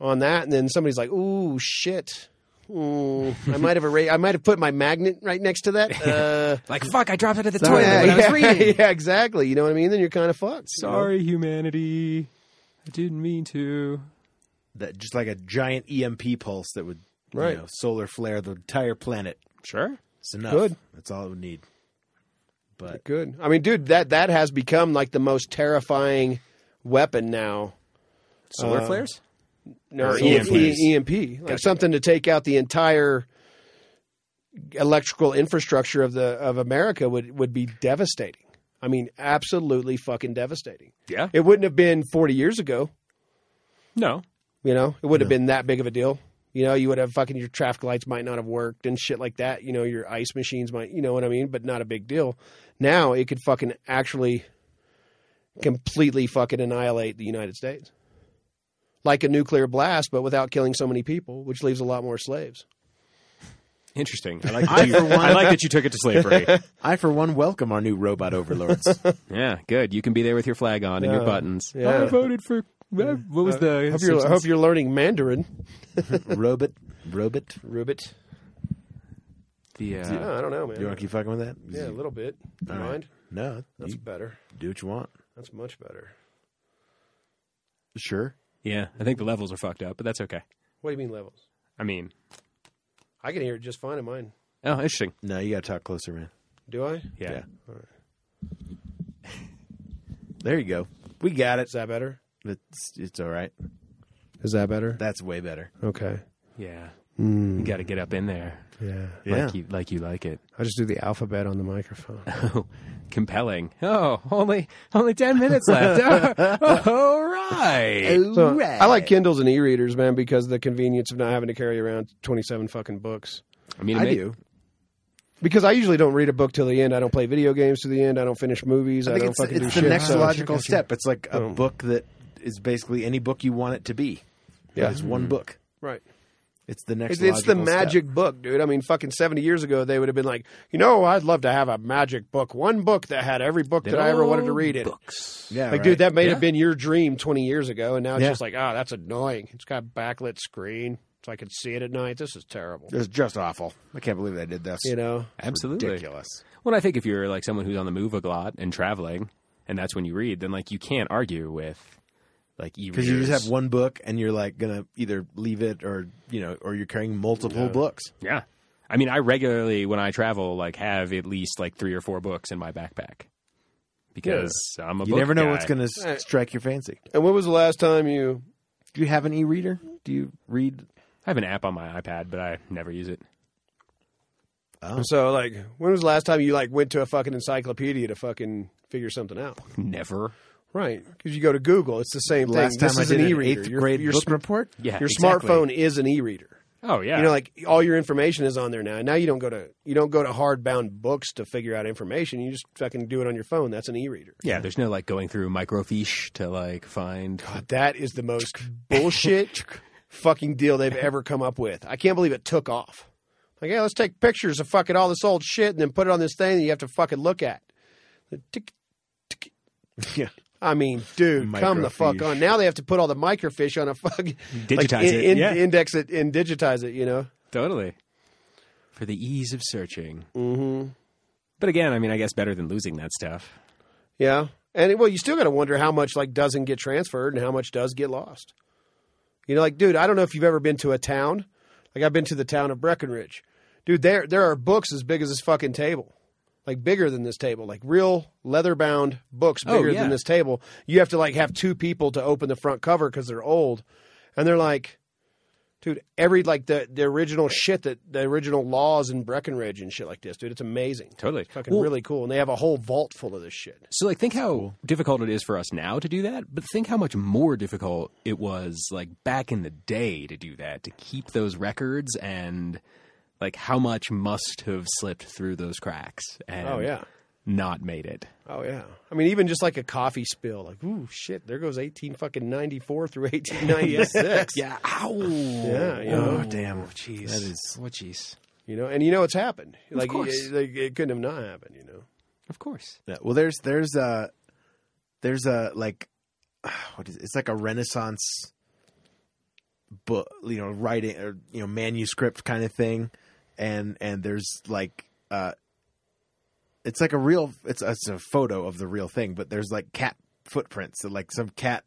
[SPEAKER 4] on that, and then somebody's like, "Ooh, shit." Ooh, I might have erased, I might have put my magnet right next to that. (laughs) Uh,
[SPEAKER 3] Like (laughs) fuck, I dropped it at the
[SPEAKER 2] Sorry.
[SPEAKER 3] toilet.
[SPEAKER 2] Yeah,
[SPEAKER 3] when I was
[SPEAKER 4] yeah,
[SPEAKER 3] reading.
[SPEAKER 4] (laughs) yeah, exactly. You know what I mean? Then you're kind of fucked. you know?
[SPEAKER 3] Sorry, humanity. I didn't mean to.
[SPEAKER 2] that just like a giant EMP pulse that would you
[SPEAKER 4] Right.
[SPEAKER 2] know, solar flare the entire planet.
[SPEAKER 3] Sure.
[SPEAKER 2] It's enough.
[SPEAKER 4] Good.
[SPEAKER 2] That's all it would need. But
[SPEAKER 4] Good. I mean, dude, that that has become like the most terrifying weapon now.
[SPEAKER 3] Solar (laughs) flares?
[SPEAKER 4] No,
[SPEAKER 3] Or
[SPEAKER 4] E-
[SPEAKER 3] EMPs.
[SPEAKER 4] E- EMP, like something to take out the entire electrical infrastructure of the of America would would be devastating. I mean, absolutely fucking devastating.
[SPEAKER 3] Yeah.
[SPEAKER 4] It wouldn't have been 40 years ago.
[SPEAKER 3] No.
[SPEAKER 4] You know, it wouldn't have been that big of a deal. You know, you would have fucking your traffic lights might not have worked and shit like that. You know, your ice machines might, you know what I mean, but not a big deal. Now it could fucking actually completely fucking annihilate the United States. Like a nuclear blast, but without killing so many people, which leaves a lot more slaves.
[SPEAKER 3] Interesting. I (laughs) like that you, I like that you took it to (laughs) slavery.
[SPEAKER 2] I, for one, welcome our new robot overlords.
[SPEAKER 3] yeah, good. You can be there with your flag on and your
[SPEAKER 4] Yeah.
[SPEAKER 3] buttons.
[SPEAKER 4] Yeah. Uh,
[SPEAKER 3] I voted for. What was the?
[SPEAKER 4] I hope, you're, I hope you're learning Mandarin,
[SPEAKER 2] robot, (laughs) robot.
[SPEAKER 4] Rubit.
[SPEAKER 3] the, uh,
[SPEAKER 4] Yeah, I don't know, man.
[SPEAKER 2] You want to keep fucking with that?
[SPEAKER 4] yeah, a little bit. You
[SPEAKER 2] All right.
[SPEAKER 4] mind?
[SPEAKER 2] No,
[SPEAKER 4] That's
[SPEAKER 2] you
[SPEAKER 4] better.
[SPEAKER 2] do what you want.
[SPEAKER 4] That's much better.
[SPEAKER 2] Sure.
[SPEAKER 3] yeah, I think the levels are fucked up, but that's okay.
[SPEAKER 4] What do you mean levels?
[SPEAKER 3] I mean,
[SPEAKER 4] I can hear it just fine in mine.
[SPEAKER 3] oh, interesting.
[SPEAKER 2] No, you got to talk closer, man.
[SPEAKER 4] Do I?
[SPEAKER 3] Yeah.
[SPEAKER 2] Yeah.
[SPEAKER 4] All right.
[SPEAKER 2] There you go. We got
[SPEAKER 4] Is
[SPEAKER 2] it.
[SPEAKER 4] that better?
[SPEAKER 2] It's, it's all right.
[SPEAKER 4] Is that better?
[SPEAKER 2] That's way better.
[SPEAKER 4] Okay.
[SPEAKER 3] Yeah. You got to get up in there,
[SPEAKER 4] Yeah.
[SPEAKER 2] Yeah.
[SPEAKER 3] like you like you like it.
[SPEAKER 4] I just do the alphabet on the microphone.
[SPEAKER 3] Oh, compelling. Oh, only only ten
[SPEAKER 2] (laughs)
[SPEAKER 3] minutes left. (laughs) Oh, all right.
[SPEAKER 2] All
[SPEAKER 4] So,
[SPEAKER 2] right.
[SPEAKER 4] I like Kindles and e-readers, man, because of the convenience of not having to carry around 27 fucking books.
[SPEAKER 3] I mean, it
[SPEAKER 2] I
[SPEAKER 3] may-
[SPEAKER 2] do.
[SPEAKER 4] Because I usually don't read a book till the end. I don't play video games to the end. I don't finish movies. I,
[SPEAKER 2] I think
[SPEAKER 4] don't
[SPEAKER 2] it's,
[SPEAKER 4] fucking do
[SPEAKER 2] it's the
[SPEAKER 4] shit.
[SPEAKER 2] next
[SPEAKER 4] So-
[SPEAKER 2] logical step. It's like a
[SPEAKER 4] Boom.
[SPEAKER 2] book that is basically any book you want it to be.
[SPEAKER 4] Yeah.
[SPEAKER 2] It's one book.
[SPEAKER 4] Right.
[SPEAKER 2] It's the next.
[SPEAKER 4] Mm. It's, it's the
[SPEAKER 2] logical step.
[SPEAKER 4] magic book, dude. I mean, fucking 70 years ago, they would have been like, you know, I'd love to have a magic book. One book that had every book that I ever wanted to read in it.
[SPEAKER 3] Books.
[SPEAKER 2] Yeah,
[SPEAKER 4] Like,
[SPEAKER 2] right.
[SPEAKER 4] dude, that may
[SPEAKER 3] Yeah.
[SPEAKER 4] have been your dream 20 years ago, and now it's
[SPEAKER 2] Yeah.
[SPEAKER 4] just like, ah, that's annoying. It's got a backlit screen, so I can see it at night. This is terrible.
[SPEAKER 2] It's just awful. I can't believe they did this.
[SPEAKER 4] You know?
[SPEAKER 3] Absolutely.
[SPEAKER 2] Ridiculous.
[SPEAKER 3] Well, I think if you're like someone who's on the move a lot and traveling, and that's when you read, then like you can't argue with like e
[SPEAKER 2] Because you just have one book and you're like gonna either leave it or you know or you're carrying multiple books.
[SPEAKER 3] Yeah. I mean, I regularly when I travel, like have at least like three or four books in my backpack because I'm a
[SPEAKER 2] You
[SPEAKER 3] book
[SPEAKER 2] never know
[SPEAKER 3] guy.
[SPEAKER 2] what's gonna s-
[SPEAKER 4] Right.
[SPEAKER 2] strike your fancy.
[SPEAKER 4] And when was the last time you.
[SPEAKER 2] Do you have an e-reader? Do you read?
[SPEAKER 3] I have an app on my iPad, but I never use it.
[SPEAKER 4] So, like, when was the last time you, like, went to a fucking encyclopedia to fucking figure something out?
[SPEAKER 3] Never.
[SPEAKER 4] Right. Because you go to Google, it's the same thing.
[SPEAKER 2] Last
[SPEAKER 4] this
[SPEAKER 2] time I
[SPEAKER 4] is
[SPEAKER 2] did
[SPEAKER 4] an
[SPEAKER 2] an
[SPEAKER 4] e-reader.
[SPEAKER 2] eighth
[SPEAKER 4] Your-
[SPEAKER 2] grade
[SPEAKER 4] your
[SPEAKER 2] book
[SPEAKER 4] sm-
[SPEAKER 2] report.
[SPEAKER 3] Yeah.
[SPEAKER 4] your
[SPEAKER 3] exactly.
[SPEAKER 4] smartphone is an e-reader.
[SPEAKER 3] Oh yeah.
[SPEAKER 4] You know, like all your information is on there now. Now you don't go to you don't go to hardbound books to figure out information. You just fucking do it on your phone. That's an e-reader.
[SPEAKER 3] yeah. There's no like going through microfiche to like find.
[SPEAKER 4] God, that is the most
[SPEAKER 3] (laughs)
[SPEAKER 4] bullshit fucking deal they've ever come up with. I can't believe it took off. Like, yeah, let's take pictures of fucking all this old shit and then put it on this thing that you have to fucking look at. The tick,
[SPEAKER 3] (laughs)
[SPEAKER 4] tick.
[SPEAKER 2] Yeah.
[SPEAKER 4] I mean, dude, come the fuck
[SPEAKER 2] Microfiche.
[SPEAKER 4] on. Now they have to put all the microfiche on a fucking like,
[SPEAKER 3] Digitize
[SPEAKER 4] in-
[SPEAKER 3] it,
[SPEAKER 4] in-
[SPEAKER 3] yeah.
[SPEAKER 4] index it, and digitize it. You know,
[SPEAKER 3] Totally. For the ease of searching.
[SPEAKER 4] mm-hmm.
[SPEAKER 3] But again, I mean, I guess better than losing that stuff.
[SPEAKER 4] yeah. And well, you still got to wonder how much like doesn't get transferred and how much does get lost. You know, like, dude, I don't know if you've ever been to a town. Like, I've been to the town of Breckenridge. Dude, there there are books as big as this fucking table, like bigger than this table, like real leather bound books
[SPEAKER 3] Oh,
[SPEAKER 4] bigger
[SPEAKER 3] yeah.
[SPEAKER 4] than this table. You have to like have two people to open the front cover because they're old, and they're like, dude, every like the the original shit that the original laws in Breckenridge and shit like this, dude, it's amazing.
[SPEAKER 3] Totally.
[SPEAKER 4] It's fucking
[SPEAKER 3] Well-
[SPEAKER 4] really cool, and they have a whole vault full of this shit.
[SPEAKER 3] So, like, think how difficult it is for us now to do that, but think how much more difficult it was, like, back in the day to do that, to keep those records and, like, how much must have slipped through those cracks and
[SPEAKER 4] Oh yeah.
[SPEAKER 3] not made it.
[SPEAKER 4] Oh yeah. I mean, even just like a coffee spill, like ooh shit, there goes eighteen fucking ninety four through (laughs) eighteen ninety
[SPEAKER 2] (laughs)
[SPEAKER 4] six.
[SPEAKER 3] Yeah. Ow.
[SPEAKER 4] Yeah, you know.
[SPEAKER 2] Oh damn!
[SPEAKER 3] Jeez.
[SPEAKER 2] That is-
[SPEAKER 3] What, jeez.
[SPEAKER 4] You know, and you know it's happened. Like,
[SPEAKER 3] course.
[SPEAKER 4] It, like it couldn't have not happened. You know.
[SPEAKER 2] (laughs)
[SPEAKER 3] Of course.
[SPEAKER 2] Yeah, well, there's there's a there's a like (sighs) what is it? it's like a Renaissance book, you know, writing or you know manuscript kind of thing, and and there's like uh, it's like a real it's it's a photo of the real thing, but there's like cat footprints, so like some cat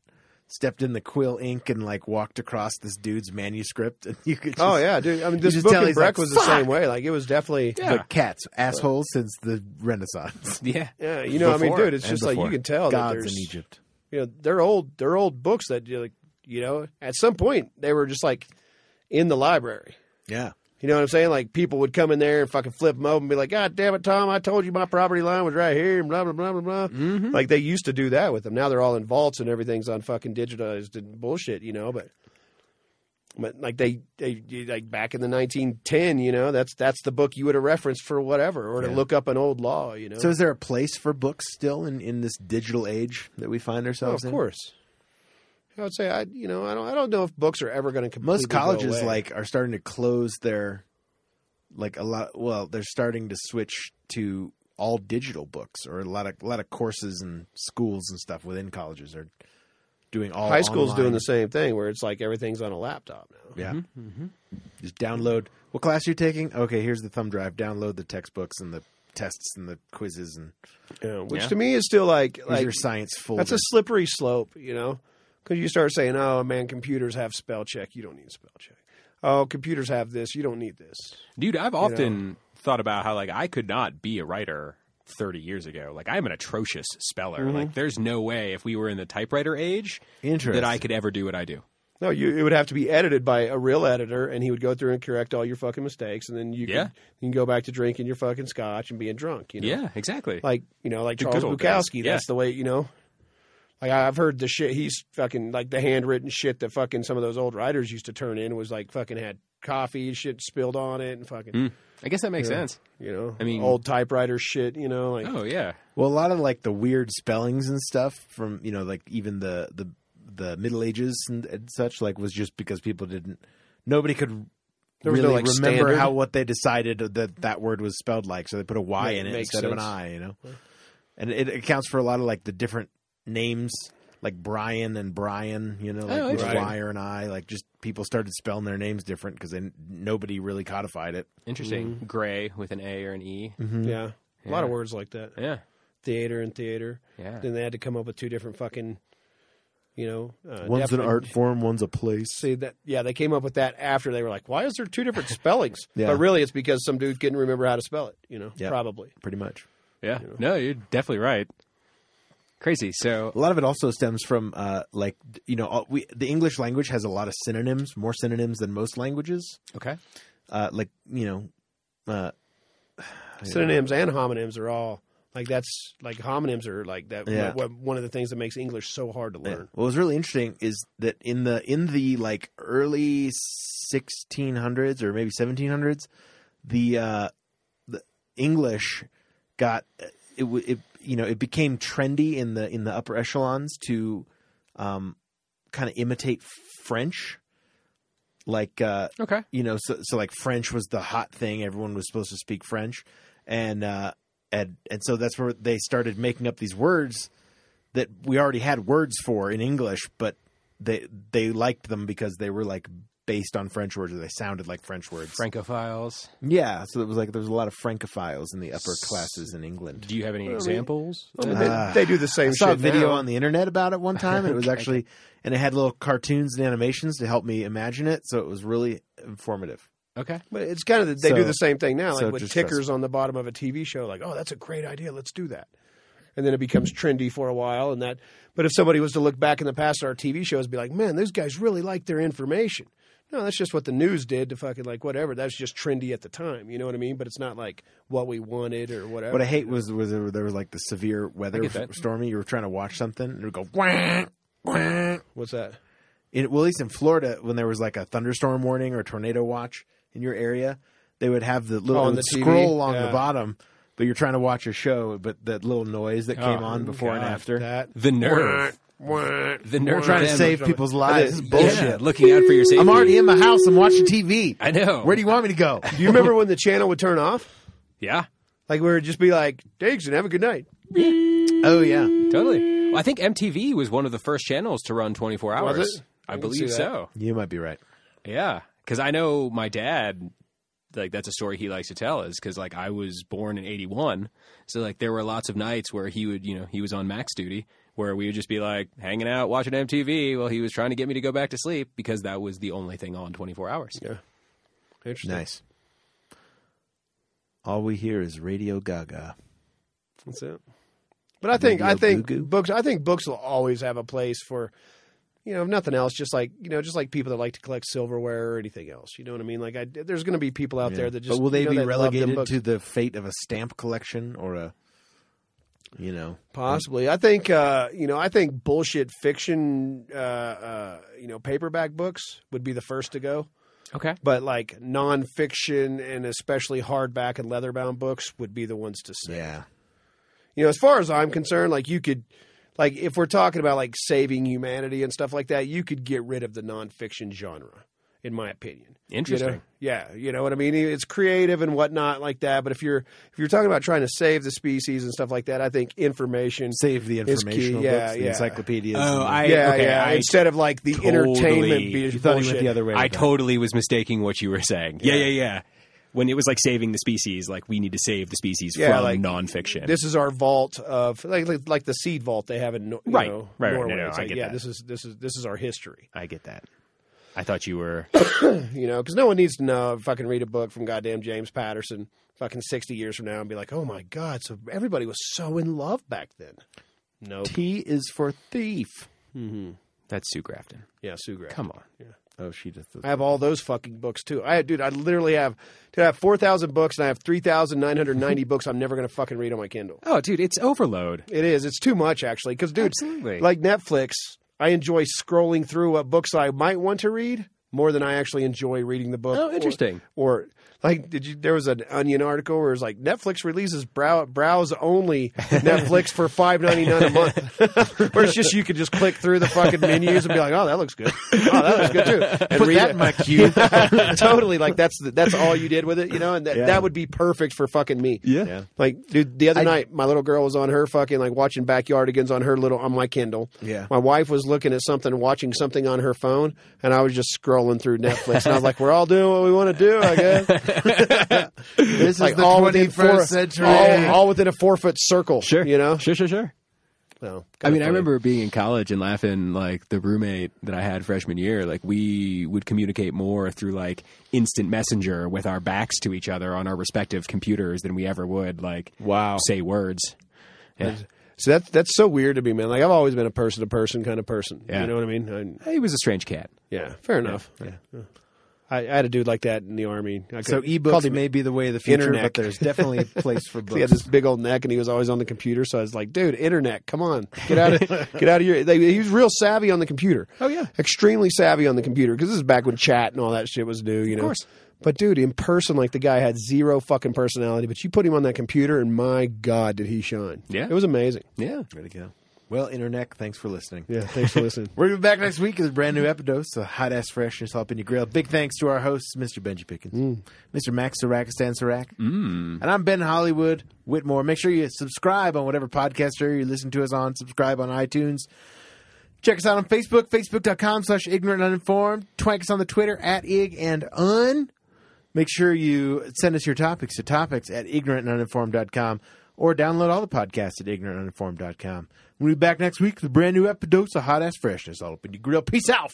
[SPEAKER 2] stepped in the quill ink and like walked across this dude's manuscript, and you could just,
[SPEAKER 4] Oh yeah, dude. I mean, this
[SPEAKER 2] just
[SPEAKER 4] book
[SPEAKER 2] tell
[SPEAKER 4] and
[SPEAKER 2] he's like,
[SPEAKER 4] Breck was the
[SPEAKER 2] "Fuck!"
[SPEAKER 4] same way. Like it was definitely. Yeah.
[SPEAKER 3] Yeah.
[SPEAKER 2] but cats assholes since the Renaissance.
[SPEAKER 3] Yeah.
[SPEAKER 4] you know, I mean,
[SPEAKER 3] Before
[SPEAKER 4] dude, it's
[SPEAKER 2] and
[SPEAKER 4] just like you
[SPEAKER 2] before.
[SPEAKER 4] can tell that
[SPEAKER 2] Gods
[SPEAKER 4] there's,
[SPEAKER 2] in Egypt.
[SPEAKER 4] you know, they're old, they're old books that you like, you know, at some point they were just like in the library.
[SPEAKER 2] Yeah.
[SPEAKER 4] You know what I'm saying? Like people would come in there and fucking flip them over and be like, "God damn it, Tom! I told you my property line was right here." And blah blah blah blah blah.
[SPEAKER 2] Mm-hmm.
[SPEAKER 4] Like they used to do that with them. Now they're all in vaults and everything's on fucking digitized and bullshit. You know, but but like they, they like back in the 1910, you know, that's that's the book you would have referenced for whatever, or to look up an old law. You know,
[SPEAKER 2] So is there a place for books still in, in this digital age that we find
[SPEAKER 4] Oh,
[SPEAKER 2] ourselves
[SPEAKER 4] of
[SPEAKER 2] in?
[SPEAKER 4] course. I would say I, you know, I don't, I don't know if books are ever going to
[SPEAKER 2] Most colleges like are starting to close their like a lot well, they're starting to switch to all digital books or a lot of a lot of courses and schools and stuff within colleges are doing all
[SPEAKER 4] high school's doing
[SPEAKER 2] online.
[SPEAKER 4] the same thing, where it's like everything's on a laptop now.
[SPEAKER 2] Yeah. Mm-hmm. Just download what class you're taking. Okay, here's the thumb drive. Download the textbooks and the tests and the quizzes and
[SPEAKER 4] Yeah, which
[SPEAKER 3] Yeah.
[SPEAKER 4] to me is still like
[SPEAKER 2] here's
[SPEAKER 4] like
[SPEAKER 2] your science folder.
[SPEAKER 4] that's a slippery slope, you know, because you start saying, "Oh man, computers have spell check. You don't need spell check. Oh, computers have this. You don't need this."
[SPEAKER 3] Dude, I've often thought about how like I could not be a writer 30 years ago. Like I'm an atrocious speller.
[SPEAKER 2] Mm-hmm.
[SPEAKER 3] Like there's no way if we were in the typewriter age
[SPEAKER 2] Interesting.
[SPEAKER 3] that I could ever do what I do.
[SPEAKER 4] No, you, it would have to be edited by a real editor, and he would go through and correct all your fucking mistakes, and then you
[SPEAKER 3] Yeah.
[SPEAKER 4] can, you can go back to drinking your fucking scotch and being drunk. You know,
[SPEAKER 3] Yeah, exactly.
[SPEAKER 4] like you know, like
[SPEAKER 3] The
[SPEAKER 4] Charles
[SPEAKER 3] good old days.
[SPEAKER 4] Bukowski.
[SPEAKER 3] Yeah.
[SPEAKER 4] That's the way you know. Like I- I've heard the shit he's fucking like the handwritten shit that fucking some of those old writers used to turn in was like fucking had coffee shit spilled on it and fucking
[SPEAKER 3] I guess that makes sense.
[SPEAKER 4] you know
[SPEAKER 3] I mean-
[SPEAKER 4] old typewriter shit you know like
[SPEAKER 3] Oh yeah.
[SPEAKER 2] Well, a lot of like the weird spellings and stuff from you know like even the the the Middle Ages and, and such like was just because people didn't nobody could
[SPEAKER 4] There was
[SPEAKER 2] really
[SPEAKER 4] no, like,
[SPEAKER 2] remember
[SPEAKER 4] standard.
[SPEAKER 2] how what they decided that that word was spelled like, so they put a Y
[SPEAKER 4] Yeah,
[SPEAKER 2] in it
[SPEAKER 4] makes
[SPEAKER 2] instead of an
[SPEAKER 4] sense.
[SPEAKER 2] I, you know. And it accounts for a lot of like the different names. Like Brian and Brian, you know, like
[SPEAKER 3] Oh,
[SPEAKER 2] with
[SPEAKER 3] interesting.
[SPEAKER 2] Y or an I, like just people started spelling their names different because then nobody really codified it.
[SPEAKER 3] Interesting.
[SPEAKER 2] Mm-hmm.
[SPEAKER 3] Gray with an A or an E.
[SPEAKER 4] yeah. a lot of
[SPEAKER 3] Yeah.
[SPEAKER 4] words like that
[SPEAKER 3] Yeah.
[SPEAKER 4] theater and theater
[SPEAKER 3] Yeah.
[SPEAKER 4] then they had to come up with two different fucking you know uh,
[SPEAKER 2] One's an
[SPEAKER 4] definite-
[SPEAKER 2] art form, one's a place.
[SPEAKER 4] See that? Yeah, they came up with that after they were like, "Why is there two (laughs) different spellings?"
[SPEAKER 2] Yeah.
[SPEAKER 4] But really, it's because some dude couldn't remember how to spell it. You know,
[SPEAKER 2] Yeah.
[SPEAKER 4] probably.
[SPEAKER 2] Pretty much.
[SPEAKER 3] Yeah. No, you're definitely right. Crazy. So
[SPEAKER 2] A lot of it also stems from uh, like d- you know all- we, the English language has a lot of synonyms, more synonyms than most languages.
[SPEAKER 3] okay.
[SPEAKER 2] Uh, like you know, uh,
[SPEAKER 4] Synonyms and homonyms are all like that's like homonyms are like that.
[SPEAKER 2] Yeah.
[SPEAKER 4] what- one of the things that makes English so hard to learn.
[SPEAKER 2] what was really interesting is that in the in the like early 1600s or maybe 1700s, the uh, the English got it, w- it you know it became trendy in the in the upper echelons to um, kind of imitate French, like. Uh,
[SPEAKER 3] Okay.
[SPEAKER 2] you know, so, so like French was the hot thing. Everyone was supposed to speak French, and uh, and and so that's where they started making up these words that we already had words for in English, but they they liked them because they were like based on French words or they sounded like French words.
[SPEAKER 3] Francophiles.
[SPEAKER 2] Yeah, so it was like there was a lot of Francophiles in the upper classes in England.
[SPEAKER 3] Do you have any examples?
[SPEAKER 4] Well,
[SPEAKER 3] Uh,
[SPEAKER 4] they,
[SPEAKER 2] Ah.
[SPEAKER 4] they do the same
[SPEAKER 2] I saw a
[SPEAKER 4] shit.
[SPEAKER 2] video
[SPEAKER 4] now.
[SPEAKER 2] on the internet about it
[SPEAKER 4] (laughs)
[SPEAKER 2] one time, and it was actually, and it had little cartoons and animations to help me imagine it, so it was really informative.
[SPEAKER 3] Uh, okay.
[SPEAKER 4] but it's kind of the, they
[SPEAKER 2] So-
[SPEAKER 4] do the same thing now, like
[SPEAKER 2] so
[SPEAKER 4] with
[SPEAKER 2] just
[SPEAKER 4] tickers on the bottom of a TV show. Like, oh, that's a great idea. Let's do that. And then it becomes trendy for a while, and that. But if somebody was to look back in the past at our TV shows, and be like, man, those guys really like their information. No, that's just what the news did to fucking like whatever. That's just trendy at the time. You know what I mean? But it's not like what we wanted or whatever.
[SPEAKER 2] What I hate was was there, there was like the severe weather
[SPEAKER 3] get that.
[SPEAKER 2] stormy. You were trying to watch something, and it would go. Wah, wah.
[SPEAKER 4] What's that?
[SPEAKER 2] It, well, at least in Florida, when there was like a thunderstorm warning or a tornado watch in your area, they would have the little
[SPEAKER 4] Oh,
[SPEAKER 2] it
[SPEAKER 4] on
[SPEAKER 2] would
[SPEAKER 4] the TV?
[SPEAKER 2] scroll along
[SPEAKER 4] Yeah.
[SPEAKER 2] the bottom. But you're trying to watch a show, but that little noise that came
[SPEAKER 3] Oh,
[SPEAKER 2] on before and
[SPEAKER 3] God,
[SPEAKER 2] after.
[SPEAKER 4] That
[SPEAKER 3] The nerve. The nerve.
[SPEAKER 2] trying to
[SPEAKER 3] of them.
[SPEAKER 2] save people's lives. This is
[SPEAKER 3] Yeah,
[SPEAKER 2] bullshit.
[SPEAKER 3] looking out for your safety.
[SPEAKER 2] I'm already in my house. I'm watching TV.
[SPEAKER 3] I know.
[SPEAKER 2] Where do you want me to
[SPEAKER 3] (laughs)
[SPEAKER 2] go?
[SPEAKER 4] Do you remember when the channel would turn off?
[SPEAKER 3] Yeah.
[SPEAKER 4] Like we would just be like, "Thanks and have a good night."
[SPEAKER 2] oh yeah,
[SPEAKER 3] Totally. Well, I think MTV was one of the first channels to run 24 hours.
[SPEAKER 4] Was it?
[SPEAKER 3] I,
[SPEAKER 4] I can see
[SPEAKER 3] believe
[SPEAKER 4] that.
[SPEAKER 3] so.
[SPEAKER 2] you might be right.
[SPEAKER 3] Yeah, because I know my dad. Like that's a story he likes to tell is because like I was born in '81, so like there were lots of nights where he would you know he was on max duty where we would just be like hanging out watching MTV while he was trying to get me to go back to sleep because that was the only thing on 24 hours.
[SPEAKER 4] Yeah. Interesting.
[SPEAKER 2] Nice. All we hear is Radio Gaga.
[SPEAKER 4] That's it. But I think I
[SPEAKER 2] Radio
[SPEAKER 4] think
[SPEAKER 2] Goo Goo.
[SPEAKER 4] books I think books will always have a place for you know, if nothing else, just like you know, just like people that like to collect silverware or anything else. You know what I mean? Like, I, there's going to be people out there that just
[SPEAKER 2] but will they
[SPEAKER 4] you know,
[SPEAKER 2] be
[SPEAKER 4] that love them
[SPEAKER 2] relegated
[SPEAKER 4] books.
[SPEAKER 2] to the fate of a stamp collection or a, you know,
[SPEAKER 4] Possibly, I think uh, you know. I think bullshit fiction, uh, uh, you know, paperback books would be the first to go,
[SPEAKER 3] Okay.
[SPEAKER 4] but like nonfiction and especially hardback and leatherbound books would be the ones to save.
[SPEAKER 2] yeah,
[SPEAKER 4] You know, as far as I'm concerned, like you could, like if we're talking about like saving humanity and stuff like that, you could get rid of the nonfiction genre, in my opinion.
[SPEAKER 3] Interesting.
[SPEAKER 4] You know? Yeah, you know what I mean. It's creative and whatnot like that. But if you're if you're talking about trying to save the species and stuff like that, I think information
[SPEAKER 2] save the
[SPEAKER 4] It's key,
[SPEAKER 2] informational
[SPEAKER 4] yeah,
[SPEAKER 2] books, the
[SPEAKER 4] yeah.
[SPEAKER 2] encyclopedias.
[SPEAKER 3] Oh,
[SPEAKER 2] and the-
[SPEAKER 3] I-
[SPEAKER 4] yeah,
[SPEAKER 3] okay,
[SPEAKER 4] yeah.
[SPEAKER 3] I
[SPEAKER 4] Instead of like the
[SPEAKER 3] totally-
[SPEAKER 4] entertainment, be-
[SPEAKER 2] you thought he went
[SPEAKER 4] bullshit.
[SPEAKER 2] the other way.
[SPEAKER 3] I
[SPEAKER 2] with that.
[SPEAKER 3] totally was mistaking what you were saying. Yeah, yeah, yeah. When it was like saving the species, like we need to save the species
[SPEAKER 4] Yeah,
[SPEAKER 3] from
[SPEAKER 4] like,
[SPEAKER 3] nonfiction.
[SPEAKER 4] This is our vault of like, like like the seed vault they have in Nor- you
[SPEAKER 3] Right,
[SPEAKER 4] know,
[SPEAKER 3] right, right. No,
[SPEAKER 4] Norway.
[SPEAKER 3] no,
[SPEAKER 4] It's
[SPEAKER 3] I
[SPEAKER 4] like,
[SPEAKER 3] get
[SPEAKER 4] yeah,
[SPEAKER 3] that.
[SPEAKER 4] this is this is this is our history.
[SPEAKER 3] I get that. I thought you were.
[SPEAKER 4] You know, because no one needs to know. Fucking read a book from goddamn James Patterson. Fucking sixty years from now, and be like, oh my god, so everybody was so in love back then. No,
[SPEAKER 2] T is for thief.
[SPEAKER 3] That's Sue Grafton.
[SPEAKER 4] yeah, Sue Grafton.
[SPEAKER 3] Come on.
[SPEAKER 2] Oh, she just.
[SPEAKER 4] I have all those fucking books too. I dude, I literally have dude, I have four thousand books, and I have three thousand nine
[SPEAKER 3] (laughs)
[SPEAKER 4] hundred ninety books. I'm never gonna fucking read on my Kindle.
[SPEAKER 3] Oh, dude, it's overload.
[SPEAKER 4] It is. It's too much actually. Because dude,
[SPEAKER 3] Absolutely.
[SPEAKER 4] like Netflix, I enjoy scrolling through what books I might want to read more than I actually enjoy reading the book.
[SPEAKER 3] Oh,
[SPEAKER 4] or-
[SPEAKER 3] interesting.
[SPEAKER 4] Or, like, did you? There was an Onion article where it was like Netflix releases brow, browse only Netflix for five ninety nine
[SPEAKER 2] (laughs)
[SPEAKER 4] a month, where it's just you could just click through the fucking menus and be like, oh, that looks good. Oh, that looks
[SPEAKER 2] (laughs)
[SPEAKER 4] good too. And
[SPEAKER 2] Put
[SPEAKER 4] read
[SPEAKER 2] that
[SPEAKER 4] it.
[SPEAKER 2] in my queue.
[SPEAKER 4] (laughs) totally. Like that's the, that's all you did with it, you know. And that
[SPEAKER 2] Yeah.
[SPEAKER 4] that would be perfect for fucking me.
[SPEAKER 2] Yeah.
[SPEAKER 4] Like, dude, the other
[SPEAKER 2] I-
[SPEAKER 4] night, my little girl was on her fucking like watching Backyardigans on her little on my Kindle.
[SPEAKER 2] Yeah.
[SPEAKER 4] My wife was looking at something, watching something on her phone, and I was just scrolling through Netflix, and I was like, "We're all doing what we want to do, I guess."
[SPEAKER 2] This is
[SPEAKER 4] like
[SPEAKER 2] the
[SPEAKER 4] all
[SPEAKER 2] twenty
[SPEAKER 4] within four,
[SPEAKER 2] first century.
[SPEAKER 4] all, all within a four foot circle.
[SPEAKER 3] Sure.
[SPEAKER 4] You know.
[SPEAKER 3] Sure, sure, sure.
[SPEAKER 4] So,
[SPEAKER 3] I mean,
[SPEAKER 4] kinda
[SPEAKER 3] I
[SPEAKER 4] funny.
[SPEAKER 3] remember being in college and laughing like the roommate that I had freshman year. Like we would communicate more through like instant messenger with our backs to each other on our respective computers than we ever would like
[SPEAKER 2] wow.
[SPEAKER 3] say words. Yeah.
[SPEAKER 4] So that's that's so weird to me, man. Like I've always been a person to person kind of person.
[SPEAKER 3] Yeah.
[SPEAKER 4] You know what I mean? I,
[SPEAKER 3] He was a strange cat.
[SPEAKER 4] yeah. Fair enough. Yeah. I, I had a dude like that in the army. I
[SPEAKER 2] So
[SPEAKER 4] could- called
[SPEAKER 2] ebooks
[SPEAKER 4] him
[SPEAKER 2] may be the way of the future,
[SPEAKER 4] Internet.
[SPEAKER 2] but there's definitely a place (laughs) for
[SPEAKER 4] He had
[SPEAKER 2] books.
[SPEAKER 4] this big old neck, and he was always on the computer. So I was like, "Dude, internet, come on, get out of
[SPEAKER 3] (laughs)
[SPEAKER 4] get out of your." They, he was real savvy on the computer.
[SPEAKER 3] Oh, yeah.
[SPEAKER 4] extremely savvy on the computer because this is back when chat and all that shit was new. You know,
[SPEAKER 3] course.
[SPEAKER 4] But dude, in person, like the guy had zero fucking personality. But you put him on that computer, and my god, did he shine?
[SPEAKER 3] Yeah.
[SPEAKER 4] it was amazing.
[SPEAKER 3] Yeah.
[SPEAKER 2] Way to go. Well, Internet, thanks for listening.
[SPEAKER 4] Yeah, thanks for listening.
[SPEAKER 2] We're gonna be back next week with a brand new episode of Hot Ass Freshness Up in Your Grill. Big thanks to our hosts, Mr. Benji Pickens, Mr. Max Sarakistan Sarak, mm. and I'm Ben Hollywood Whitmore. Make sure you subscribe on whatever podcaster you listen to us on. Subscribe on iTunes. Check us out on Facebook, facebook.com slash ignorant uninformed. Twank us on the Twitter at ig and un. Make sure you send us your topics to topics at ignorantuninformed.com or download all the podcasts at ignorantuninformed.com. We'll be back next week with a brand new episode of Hot Ass Freshness all up in your grill. Peace out.